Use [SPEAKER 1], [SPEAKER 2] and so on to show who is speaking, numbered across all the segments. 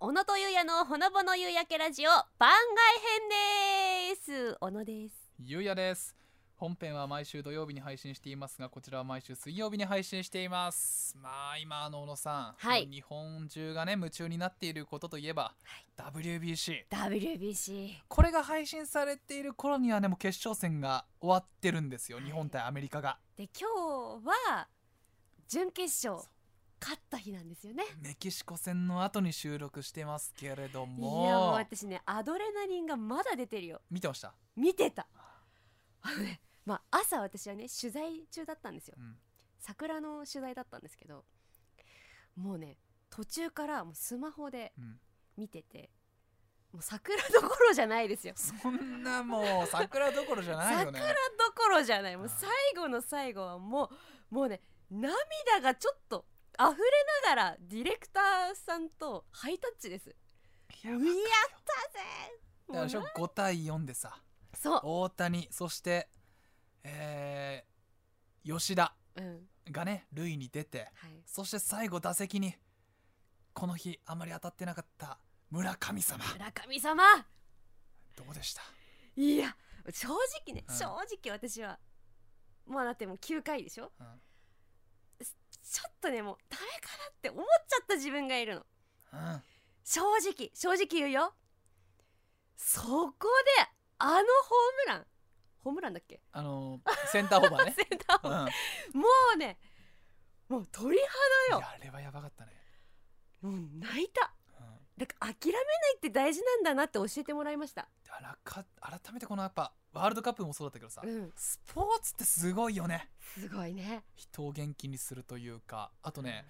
[SPEAKER 1] 小野とゆうやのほのぼの夕焼けラジオ番外編です小野です
[SPEAKER 2] ゆうやです本編は毎週土曜日に配信していますがこちらは毎週水曜日に配信していますまあ今あの小野さん、
[SPEAKER 1] はい
[SPEAKER 2] 日本中がね夢中になっていることといえば、WBC
[SPEAKER 1] WBC
[SPEAKER 2] これが配信されている頃にはねもう決勝戦が終わってるんですよ
[SPEAKER 1] はい
[SPEAKER 2] 日本対アメリカが
[SPEAKER 1] で今日は準決勝勝った日なんですよね
[SPEAKER 2] メキシコ戦の後に収録してますけれど
[SPEAKER 1] いやもう
[SPEAKER 2] も
[SPEAKER 1] 私ねアドレナリンがまだ出てるよ
[SPEAKER 2] 見てました、
[SPEAKER 1] 見てたあのねまあ朝私はね取材中だったんですよ
[SPEAKER 2] うん
[SPEAKER 1] 桜の取材だったんですけどもうね途中からもうスマホで
[SPEAKER 2] うん
[SPEAKER 1] 見ててもう桜どころじゃないですよ
[SPEAKER 2] そんなもう桜どころじゃないよね
[SPEAKER 1] 桜どころじゃないもう
[SPEAKER 2] ああ
[SPEAKER 1] 最後の最後はもうもうね涙がちょっと溢れながらディレクターさんとハイタッチですや
[SPEAKER 2] い
[SPEAKER 1] っ
[SPEAKER 2] やわかるよ
[SPEAKER 1] た
[SPEAKER 2] だからでし
[SPEAKER 1] ぜ
[SPEAKER 2] ょ
[SPEAKER 1] もうな
[SPEAKER 2] 5対4でさ
[SPEAKER 1] そ
[SPEAKER 2] 大谷そして、えー吉田
[SPEAKER 1] う、うん
[SPEAKER 2] がね塁に出て
[SPEAKER 1] はい、
[SPEAKER 2] そして最後打席にこの日あまり当たってなかった村神様
[SPEAKER 1] 村上様
[SPEAKER 2] どうでした
[SPEAKER 1] いや正直ね、
[SPEAKER 2] うん
[SPEAKER 1] 正直私はもうだってもう9回でしょ
[SPEAKER 2] うん
[SPEAKER 1] ちょっとねもうダメかなって思っちゃった自分がいるの
[SPEAKER 2] うん
[SPEAKER 1] 正直正直言うよそこであのホームランホームランだっけ
[SPEAKER 2] あのーセンターオーバ ーね
[SPEAKER 1] センターを
[SPEAKER 2] うん
[SPEAKER 1] もうねもう鳥
[SPEAKER 2] い
[SPEAKER 1] よ
[SPEAKER 2] やあれはやばかったね、
[SPEAKER 1] 肌もう泣いた
[SPEAKER 2] うん
[SPEAKER 1] だから諦めないって大事なんだなって教えてもらいました
[SPEAKER 2] あらか改めてこのやっぱワールドカップもそうだったけどさ、
[SPEAKER 1] うん
[SPEAKER 2] スポーツってすごいよね
[SPEAKER 1] すごいね
[SPEAKER 2] 人を元気にするというかあとね、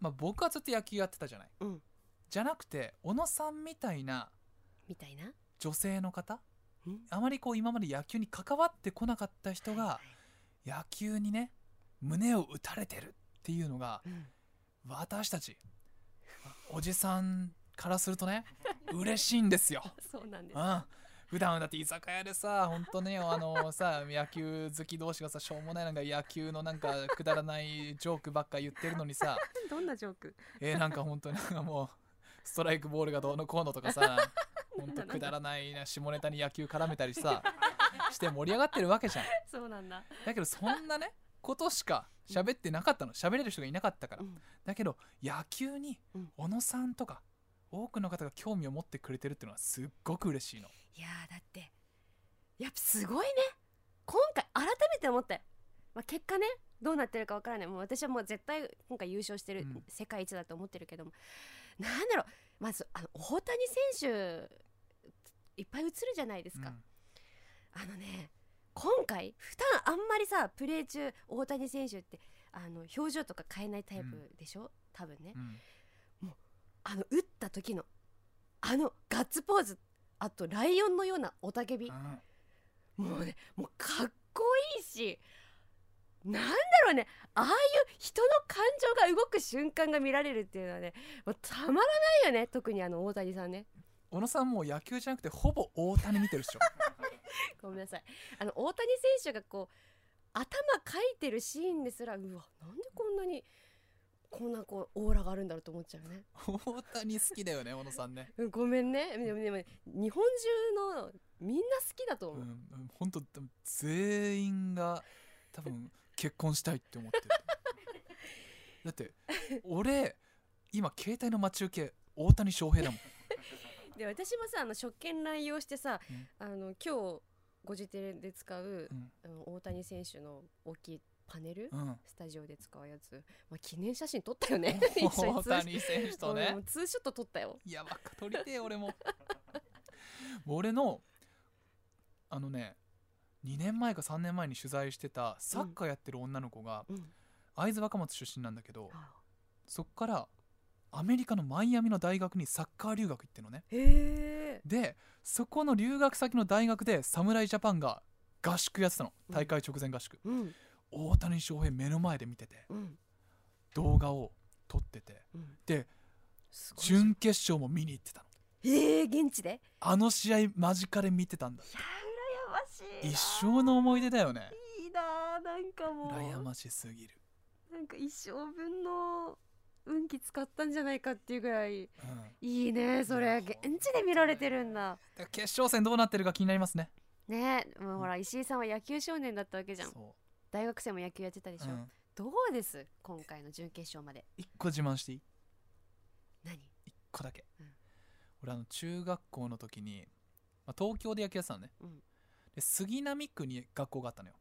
[SPEAKER 2] まあ、僕はずっと野球やってたじゃない、
[SPEAKER 1] うん
[SPEAKER 2] じゃなくて小野さんみたいな
[SPEAKER 1] みたいな
[SPEAKER 2] 女性の方
[SPEAKER 1] うん
[SPEAKER 2] あまりこう今まで野球に関わってこなかった人が野球にね胸を打たれてるっていうのが
[SPEAKER 1] うん
[SPEAKER 2] 私たちおじさんからするとね嬉しいんですよ。
[SPEAKER 1] そうなんです
[SPEAKER 2] うん普段はだって居酒屋でさ本当ねあのさ野球好き同士がさしょうもないなんか野球のなんかくだらないジョークばっか言ってるのにさ
[SPEAKER 1] どんなジョーク
[SPEAKER 2] えーなんか本当になんかもうストライクボールがどうのこうのと かさ本当くだらないな下ネタに野球絡めたりさして盛り上がってるわけじゃん
[SPEAKER 1] そうなんだ
[SPEAKER 2] だけどそんなねことしか喋ってなかったの喋れる人がいなかったから
[SPEAKER 1] うん
[SPEAKER 2] だけど野球に
[SPEAKER 1] うん
[SPEAKER 2] 小野さんとか多くの方が興味を持ってくれてるっていうのはすっごく嬉しいの
[SPEAKER 1] いやーだってやっぱすごいね今回改めて思ったよ、まあ、結果ねどうなってるかわからないもう私はもう絶対今回優勝してる、
[SPEAKER 2] うん
[SPEAKER 1] 世界一だと思ってるけどもなんだろうまずあの大谷選手いっぱい映るじゃないですか、あのね今回普段あんまりさプレー中大谷選手ってあの表情とか変えないタイプでしょ、多分ね
[SPEAKER 2] うんうん
[SPEAKER 1] あの打った時のあのガッツポーズあとライオンのような雄たけび、
[SPEAKER 2] うん
[SPEAKER 1] もうねもうかっこいいしなんだろうねああいう人の感情が動く瞬間が見られるっていうのはねもうたまらないよね特にあの大谷さんね
[SPEAKER 2] 小野さんもう野球じゃなくてほぼ大谷見てるっしょ
[SPEAKER 1] ごめんなさいあの大谷選手がこう頭かいてるシーンですらうわなんでこんなにこんなこうオーラがあるんだろうと思っちゃうね
[SPEAKER 2] 大谷好きだよね小野さんね
[SPEAKER 1] うんごめんねでもでも日本中のみんな好きだと
[SPEAKER 2] う
[SPEAKER 1] 思う、
[SPEAKER 2] んうん本当全員が多分結婚したいって思って るだって俺今携帯の待ち受け大谷翔平だもん
[SPEAKER 1] で私もさあの職権乱用してさ、
[SPEAKER 2] うん
[SPEAKER 1] あの今日ご自邸で使う
[SPEAKER 2] うん
[SPEAKER 1] あの大谷選手の大きいパネル、
[SPEAKER 2] うん、
[SPEAKER 1] スタジオで使うやつ、まあ、記念写真撮ったよね 一緒に
[SPEAKER 2] 大
[SPEAKER 1] ツー
[SPEAKER 2] 谷選手と
[SPEAKER 1] うん
[SPEAKER 2] ね
[SPEAKER 1] もうツーショット撮ったよ
[SPEAKER 2] いやばっか撮りてえ俺ももう俺のあのね2年前か3年前に取材してたサッカーやってる女の子が
[SPEAKER 1] うん
[SPEAKER 2] 会津若松出身なんだけど
[SPEAKER 1] あ
[SPEAKER 2] そっからアメリカのマイアミの大学にサッカー留学行ってんのね
[SPEAKER 1] へえ
[SPEAKER 2] でそこの留学先の大学で侍ジャパンが合宿やってたの
[SPEAKER 1] うん
[SPEAKER 2] 大会直前合宿、
[SPEAKER 1] うん
[SPEAKER 2] 大谷翔平目の前で見てて
[SPEAKER 1] うん
[SPEAKER 2] 動画を撮ってて
[SPEAKER 1] うん
[SPEAKER 2] です
[SPEAKER 1] ごい
[SPEAKER 2] 準決勝も見に行ってたの
[SPEAKER 1] えー、現地でいや
[SPEAKER 2] あの試合間近で見てたんだ
[SPEAKER 1] 羨ましいな
[SPEAKER 2] 一生の思い出だよね
[SPEAKER 1] いいななんかも
[SPEAKER 2] 羨
[SPEAKER 1] う
[SPEAKER 2] ましすぎる
[SPEAKER 1] なんか一生分の運気使ったんじゃないかっていうぐらい
[SPEAKER 2] うんだか
[SPEAKER 1] いいねそれ現地で見られてるんだ
[SPEAKER 2] ら決勝戦どうなってるか気になりますね
[SPEAKER 1] ねもうほら石井さんは野球少年だったわけじゃん
[SPEAKER 2] そ
[SPEAKER 1] 大学生も野球やってたでし
[SPEAKER 2] う、う
[SPEAKER 1] ょ、
[SPEAKER 2] ん、
[SPEAKER 1] どうです今回の準決勝まで
[SPEAKER 2] 一個自慢していい
[SPEAKER 1] 何
[SPEAKER 2] 一個だけ、
[SPEAKER 1] うん
[SPEAKER 2] 俺あの中学校の時に、まあ、東京で野球やってたのね、
[SPEAKER 1] うん
[SPEAKER 2] で杉並区に学校があったのよ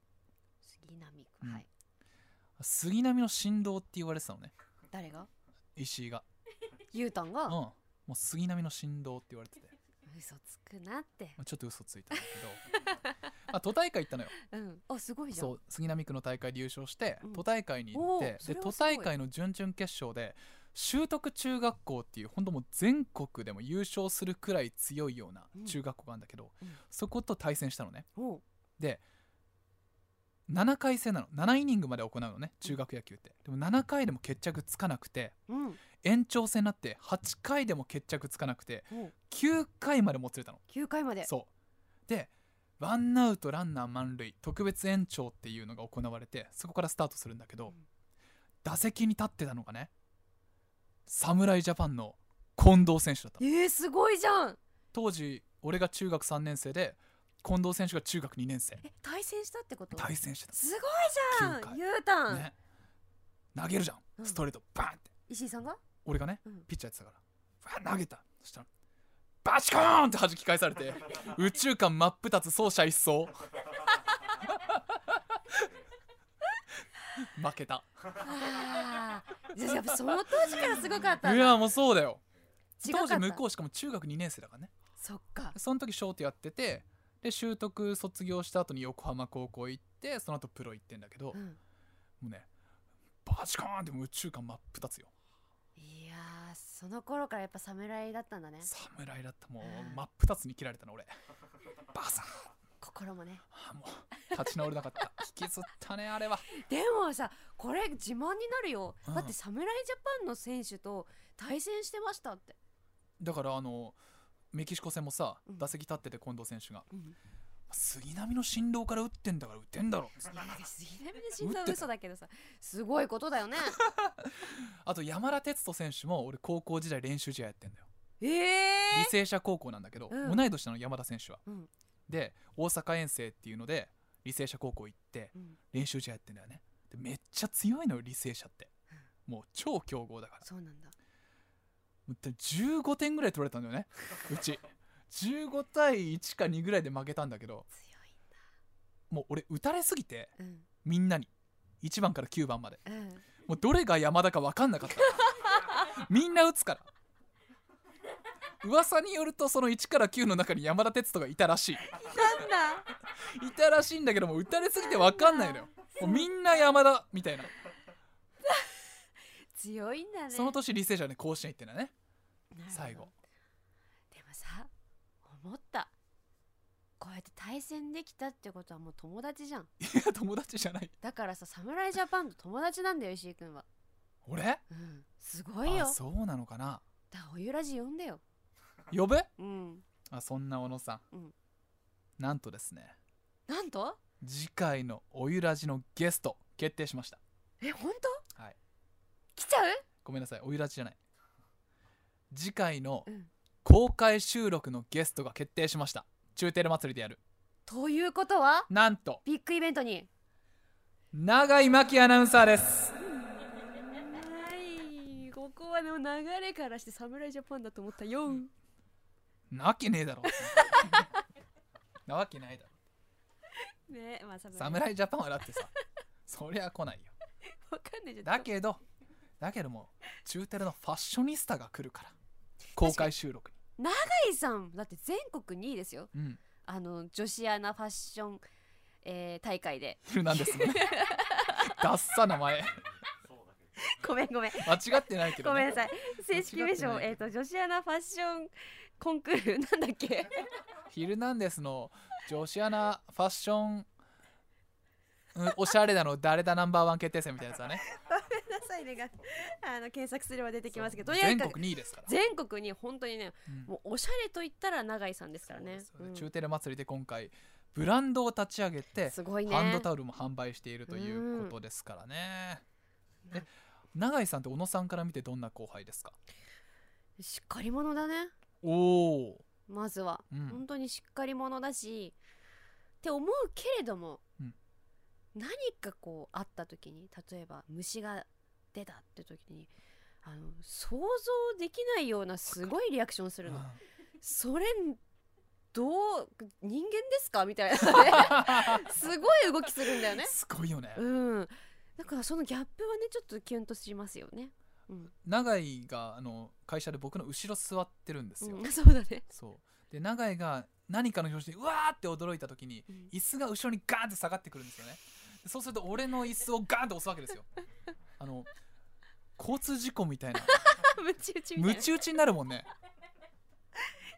[SPEAKER 1] 杉並区、
[SPEAKER 2] うん
[SPEAKER 1] はい
[SPEAKER 2] 杉並の振動って言われてたのね
[SPEAKER 1] 誰が
[SPEAKER 2] 石井が
[SPEAKER 1] ゆうたん
[SPEAKER 2] うん
[SPEAKER 1] が
[SPEAKER 2] もう杉並の振動って言われてて、
[SPEAKER 1] 嘘つくなって
[SPEAKER 2] まあ、ちょっと嘘ついたんだけど まあ都大会行ったのよ
[SPEAKER 1] うんあすごいじゃん
[SPEAKER 2] そう杉並区の大会で優勝して、
[SPEAKER 1] うん
[SPEAKER 2] 都大会に行っ
[SPEAKER 1] おー
[SPEAKER 2] て
[SPEAKER 1] そ
[SPEAKER 2] で
[SPEAKER 1] れ
[SPEAKER 2] 都
[SPEAKER 1] はすごい
[SPEAKER 2] 大会の準々決勝で修徳中学校っていう本当もう全国でも優勝するくらい強いような
[SPEAKER 1] うん
[SPEAKER 2] 中学校があるんだけど、
[SPEAKER 1] うん
[SPEAKER 2] そこと対戦したのね
[SPEAKER 1] おう
[SPEAKER 2] 7回戦なの7イニングまで行うのね中学野球ってでも7回でも決着つかなくて
[SPEAKER 1] うん
[SPEAKER 2] 延長戦になって8回でも決着つかなくて
[SPEAKER 1] おう
[SPEAKER 2] 9回までもつれたの
[SPEAKER 1] 9回まで
[SPEAKER 2] そうでワンアウトランナー満塁特別延長っていうのが行われてそこからスタートするんだけど、
[SPEAKER 1] うん
[SPEAKER 2] 打席に立ってたのがね侍ジャパンの近藤選手だったの
[SPEAKER 1] えー、すごいじゃん
[SPEAKER 2] 当時俺が中学3年生で近藤選手が中学2年生
[SPEAKER 1] え対戦したってこと
[SPEAKER 2] 対戦してた
[SPEAKER 1] すごいじ
[SPEAKER 2] 9
[SPEAKER 1] ゃん
[SPEAKER 2] 回
[SPEAKER 1] ゆうたん、
[SPEAKER 2] ね投げるじゃ
[SPEAKER 1] うんん
[SPEAKER 2] ストレートバーンって
[SPEAKER 1] 石井さんが
[SPEAKER 2] 俺がね
[SPEAKER 1] うん
[SPEAKER 2] ピッチャーやってたからバーン投げたそしたらバチコーンって弾き返さ れて宇宙間真っ二つ走者一掃負けた
[SPEAKER 1] あーじゃあやっぱその当時からすごかったん
[SPEAKER 2] い
[SPEAKER 1] だ
[SPEAKER 2] やもうそうだよ
[SPEAKER 1] 違か
[SPEAKER 2] 当
[SPEAKER 1] った
[SPEAKER 2] 時向こうしかも中学2年生だからね
[SPEAKER 1] そっか
[SPEAKER 2] その時ショートやっててで習得卒業した後に横浜高校行ってその後プロ行ってんだけど、
[SPEAKER 1] う
[SPEAKER 2] も
[SPEAKER 1] ん
[SPEAKER 2] うねバチコーンってもう宇宙間真っ二つよ
[SPEAKER 1] いやーその頃からやっぱ侍だったんだね
[SPEAKER 2] 侍だったもう
[SPEAKER 1] うん
[SPEAKER 2] 真っ二つに切られたの 俺バサー
[SPEAKER 1] 心もね
[SPEAKER 2] あもう立ち直れなかった引きずったねあれは
[SPEAKER 1] でもさこれ自慢になるよ、
[SPEAKER 2] うん
[SPEAKER 1] だって侍ジャパンの選手と対戦してましたって、
[SPEAKER 2] だからあのメキシコ戦もさ
[SPEAKER 1] うん
[SPEAKER 2] 打席立ってて近藤選手が
[SPEAKER 1] うん、
[SPEAKER 2] 杉並の振動から打ってんだから打ってんだろ
[SPEAKER 1] いやなんか杉並で死ん
[SPEAKER 2] 打っ
[SPEAKER 1] だ
[SPEAKER 2] てた
[SPEAKER 1] 嘘だけどさすごいことだよね
[SPEAKER 2] あと山田哲人選手も俺高校時代練習試合やってんだよ
[SPEAKER 1] え
[SPEAKER 2] 履
[SPEAKER 1] え
[SPEAKER 2] 正社高校なんだけど、
[SPEAKER 1] うん
[SPEAKER 2] 同い年なの山田選手は、
[SPEAKER 1] うん
[SPEAKER 2] で大阪遠征っていうので履正社高校行って
[SPEAKER 1] うん、
[SPEAKER 2] 練習試合やってんだよねでめっちゃ強いのよ履正社ってもう超強豪だから
[SPEAKER 1] そうなんだ
[SPEAKER 2] もうで15点ぐらい取られたんだよねうち15対1か2ぐらいで負けたんだけど
[SPEAKER 1] 強
[SPEAKER 2] もう俺打たれすぎて
[SPEAKER 1] いんだ
[SPEAKER 2] みんなに1番から9番まで
[SPEAKER 1] うんうん
[SPEAKER 2] もうどれが山田か分かんなかったみんな打つから噂によるとその1から9の中に山田哲人がいたらしい
[SPEAKER 1] なんだ
[SPEAKER 2] いたらしいんだけどもう打たれすぎて分かんないのよもうみんな山田みたいな
[SPEAKER 1] 強いんだね
[SPEAKER 2] その年履正社で甲子園行ってんだね
[SPEAKER 1] なるほど
[SPEAKER 2] 最後
[SPEAKER 1] でもさ思ったこうやって対戦できたってことはもう友達じゃん
[SPEAKER 2] いや友達じゃない
[SPEAKER 1] だからさ侍ジャパンと友達なんだよ石井君は
[SPEAKER 2] 俺
[SPEAKER 1] うんすごいよ
[SPEAKER 2] あそうなのかな
[SPEAKER 1] だからおゆらじ呼んでよ
[SPEAKER 2] 呼ぶ
[SPEAKER 1] うん
[SPEAKER 2] あそんな小野さん、
[SPEAKER 1] うん
[SPEAKER 2] なんとですね
[SPEAKER 1] なんと
[SPEAKER 2] 次回のおゆらじのゲスト決定しました
[SPEAKER 1] え本当
[SPEAKER 2] はい
[SPEAKER 1] 来ちゃう
[SPEAKER 2] ごめんなさいおゆらじじゃない次回の
[SPEAKER 1] うん
[SPEAKER 2] 公開収録のゲストが決定しました中テレ祭りでやる
[SPEAKER 1] ということは
[SPEAKER 2] なんと
[SPEAKER 1] ビッグイベントに
[SPEAKER 2] 永井真紀アナウンサーです
[SPEAKER 1] はいここはの流れからして侍ジャパンだと思ったよ
[SPEAKER 2] なわけね えだろなわけないだろ
[SPEAKER 1] ねまあ侍
[SPEAKER 2] 侍ジャパンはだってさそりゃ来ないよ
[SPEAKER 1] わかんないじゃん
[SPEAKER 2] だけどだけどもう中テレのファッショニスタが来るから公開収録
[SPEAKER 1] イさんだって全国2位ですよ
[SPEAKER 2] にうん
[SPEAKER 1] あの女子アナファッション、えー大会で
[SPEAKER 2] ヒルナンデスのねダッサ名前
[SPEAKER 1] ごめんごめん
[SPEAKER 2] 間違ってないけど、
[SPEAKER 1] ご
[SPEAKER 2] ね、
[SPEAKER 1] めんなさい正式名
[SPEAKER 2] 間違っ
[SPEAKER 1] 称
[SPEAKER 2] てない
[SPEAKER 1] えっ、と女子アナファッションコンクールなんだ っけ
[SPEAKER 2] ヒルナンデスの女子アナファッション、うん、おしゃれなの誰だナンバーワン決定戦みたいなやつだね
[SPEAKER 1] ごめんなさいねがあの検索すれば出てきますけどとに
[SPEAKER 2] 全
[SPEAKER 1] かく
[SPEAKER 2] 国2位ですから、
[SPEAKER 1] 全国に本当にね
[SPEAKER 2] うん
[SPEAKER 1] もうおしゃれと言ったら永井さんですからね
[SPEAKER 2] そうですよ
[SPEAKER 1] うん
[SPEAKER 2] 中テレ祭りで今回ブランドを立ち上げて
[SPEAKER 1] すごいね
[SPEAKER 2] ハンドタオルも販売しているということですからね。
[SPEAKER 1] うん
[SPEAKER 2] え永井さんって小野さんから見てどんな後輩ですか
[SPEAKER 1] しっかり者だね
[SPEAKER 2] おお、
[SPEAKER 1] まずは、
[SPEAKER 2] うん
[SPEAKER 1] 本当にしっかり者だしって思うけれども、
[SPEAKER 2] うん
[SPEAKER 1] 何かこうあった時に例えば虫が出たって時にあの想像できないようなすごいリアクションするの
[SPEAKER 2] あ
[SPEAKER 1] それどう人間ですかみたい なね すごい動きするんだよね
[SPEAKER 2] すごいよね、
[SPEAKER 1] うんだからそのギャップはねちょっとキュンとしますよねうん、
[SPEAKER 2] 永井があの会社で僕の後ろ座ってるんですよ、
[SPEAKER 1] うん そうだね、
[SPEAKER 2] そうで永井が何かの表紙にうわーって驚いた時に
[SPEAKER 1] うん
[SPEAKER 2] 椅子が後ろにガーンって下がってくるんですよねでそうすると俺の椅子をガーンって押すわけで すよあの交通事故みたいな
[SPEAKER 1] ムチ打ちみたい
[SPEAKER 2] ム
[SPEAKER 1] な
[SPEAKER 2] チ打ちになるもんね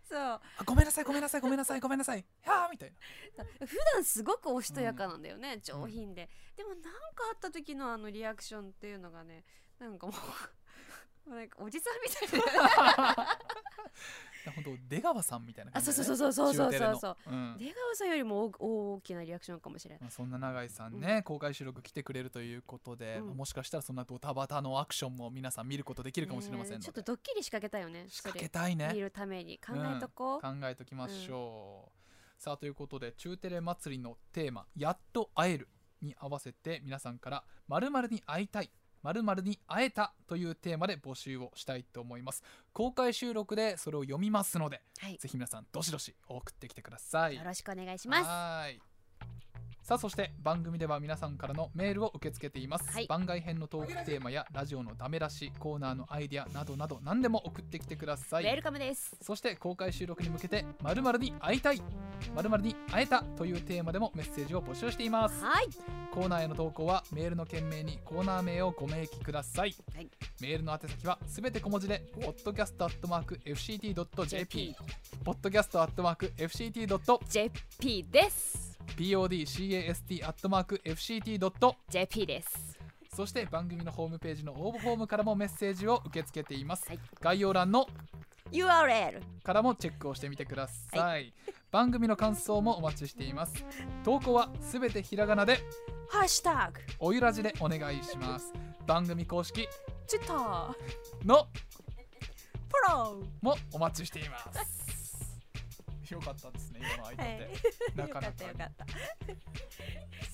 [SPEAKER 1] そう
[SPEAKER 2] あごめんなさいごめんなさいごめんなさいごめんなさいはーみたいな
[SPEAKER 1] 普段すごくおしとやかなんだよね、上品ででも何かあった時のあのリアクションっていうのがねなんかもう もうなんかおじさんみたい な
[SPEAKER 2] いや本当出川さんみたいな
[SPEAKER 1] あ
[SPEAKER 2] 感じ
[SPEAKER 1] そう
[SPEAKER 2] だね
[SPEAKER 1] そうそうそうそうそう
[SPEAKER 2] 中テレ
[SPEAKER 1] そう
[SPEAKER 2] のうん
[SPEAKER 1] 出川さんよりも大大きなリアクションかもしれない
[SPEAKER 2] まあ、そんな永井さんね、公開収録来てくれるということで、
[SPEAKER 1] うん
[SPEAKER 2] まあもしかしたらそんなドタバタのアクションも皆さん見ることできるかもしれません
[SPEAKER 1] ね
[SPEAKER 2] ので、
[SPEAKER 1] ちょっとドッキリ仕掛けたよね
[SPEAKER 2] 仕掛けたい
[SPEAKER 1] それ見
[SPEAKER 2] ね
[SPEAKER 1] るために考えとこ
[SPEAKER 2] 考えときましょう、さあということで中テレ祭りのテーマ「やっと会える」に合わせて皆さんから「まるに会いたい」まるに会えたというテーマで募集をしたいと思います公開収録でそれを読みますので
[SPEAKER 1] う、はい、
[SPEAKER 2] ぜひ皆さんどしどし送ってきてください
[SPEAKER 1] よろしくお願いします
[SPEAKER 2] はーいさあそして番組では皆さんからのメールを受け付けています、
[SPEAKER 1] はい
[SPEAKER 2] 番外編のトークテーマやラジオのダメ出しコーナーのアイディアなどなど何でも送ってきてくださ
[SPEAKER 1] ウェ
[SPEAKER 2] い
[SPEAKER 1] ルカムです
[SPEAKER 2] そして公開収録に向けてまるに会いたいまるに会えたというテーマでもメッセージを募集しています
[SPEAKER 1] はい
[SPEAKER 2] コーナーへの投稿はメールの件名にコーナー名をご明記ください、
[SPEAKER 1] はい
[SPEAKER 2] メールの宛先はすべて小文字で podcast.fct.jp podcast.fct.jp
[SPEAKER 1] JP です
[SPEAKER 2] podcast.fct.
[SPEAKER 1] JP です
[SPEAKER 2] そして番組のホームページの応募フォームからもメッセージを受け付けています、
[SPEAKER 1] はい
[SPEAKER 2] 概要欄の
[SPEAKER 1] URL
[SPEAKER 2] からもチェックをしてみてください、番組の感想もお待ちしています投稿はすべてひらがなで
[SPEAKER 1] ハッシュタグ
[SPEAKER 2] おゆらじでお願いします番組公式
[SPEAKER 1] Twitter フォ
[SPEAKER 2] の
[SPEAKER 1] ロ
[SPEAKER 2] もお待ちしていますよかったですね今の間
[SPEAKER 1] ー
[SPEAKER 2] で、
[SPEAKER 1] は
[SPEAKER 2] ないかな
[SPEAKER 1] よかったよか
[SPEAKER 2] か
[SPEAKER 1] った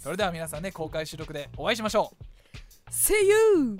[SPEAKER 2] それでは皆さんね公開収録でお会いしましょう
[SPEAKER 1] See you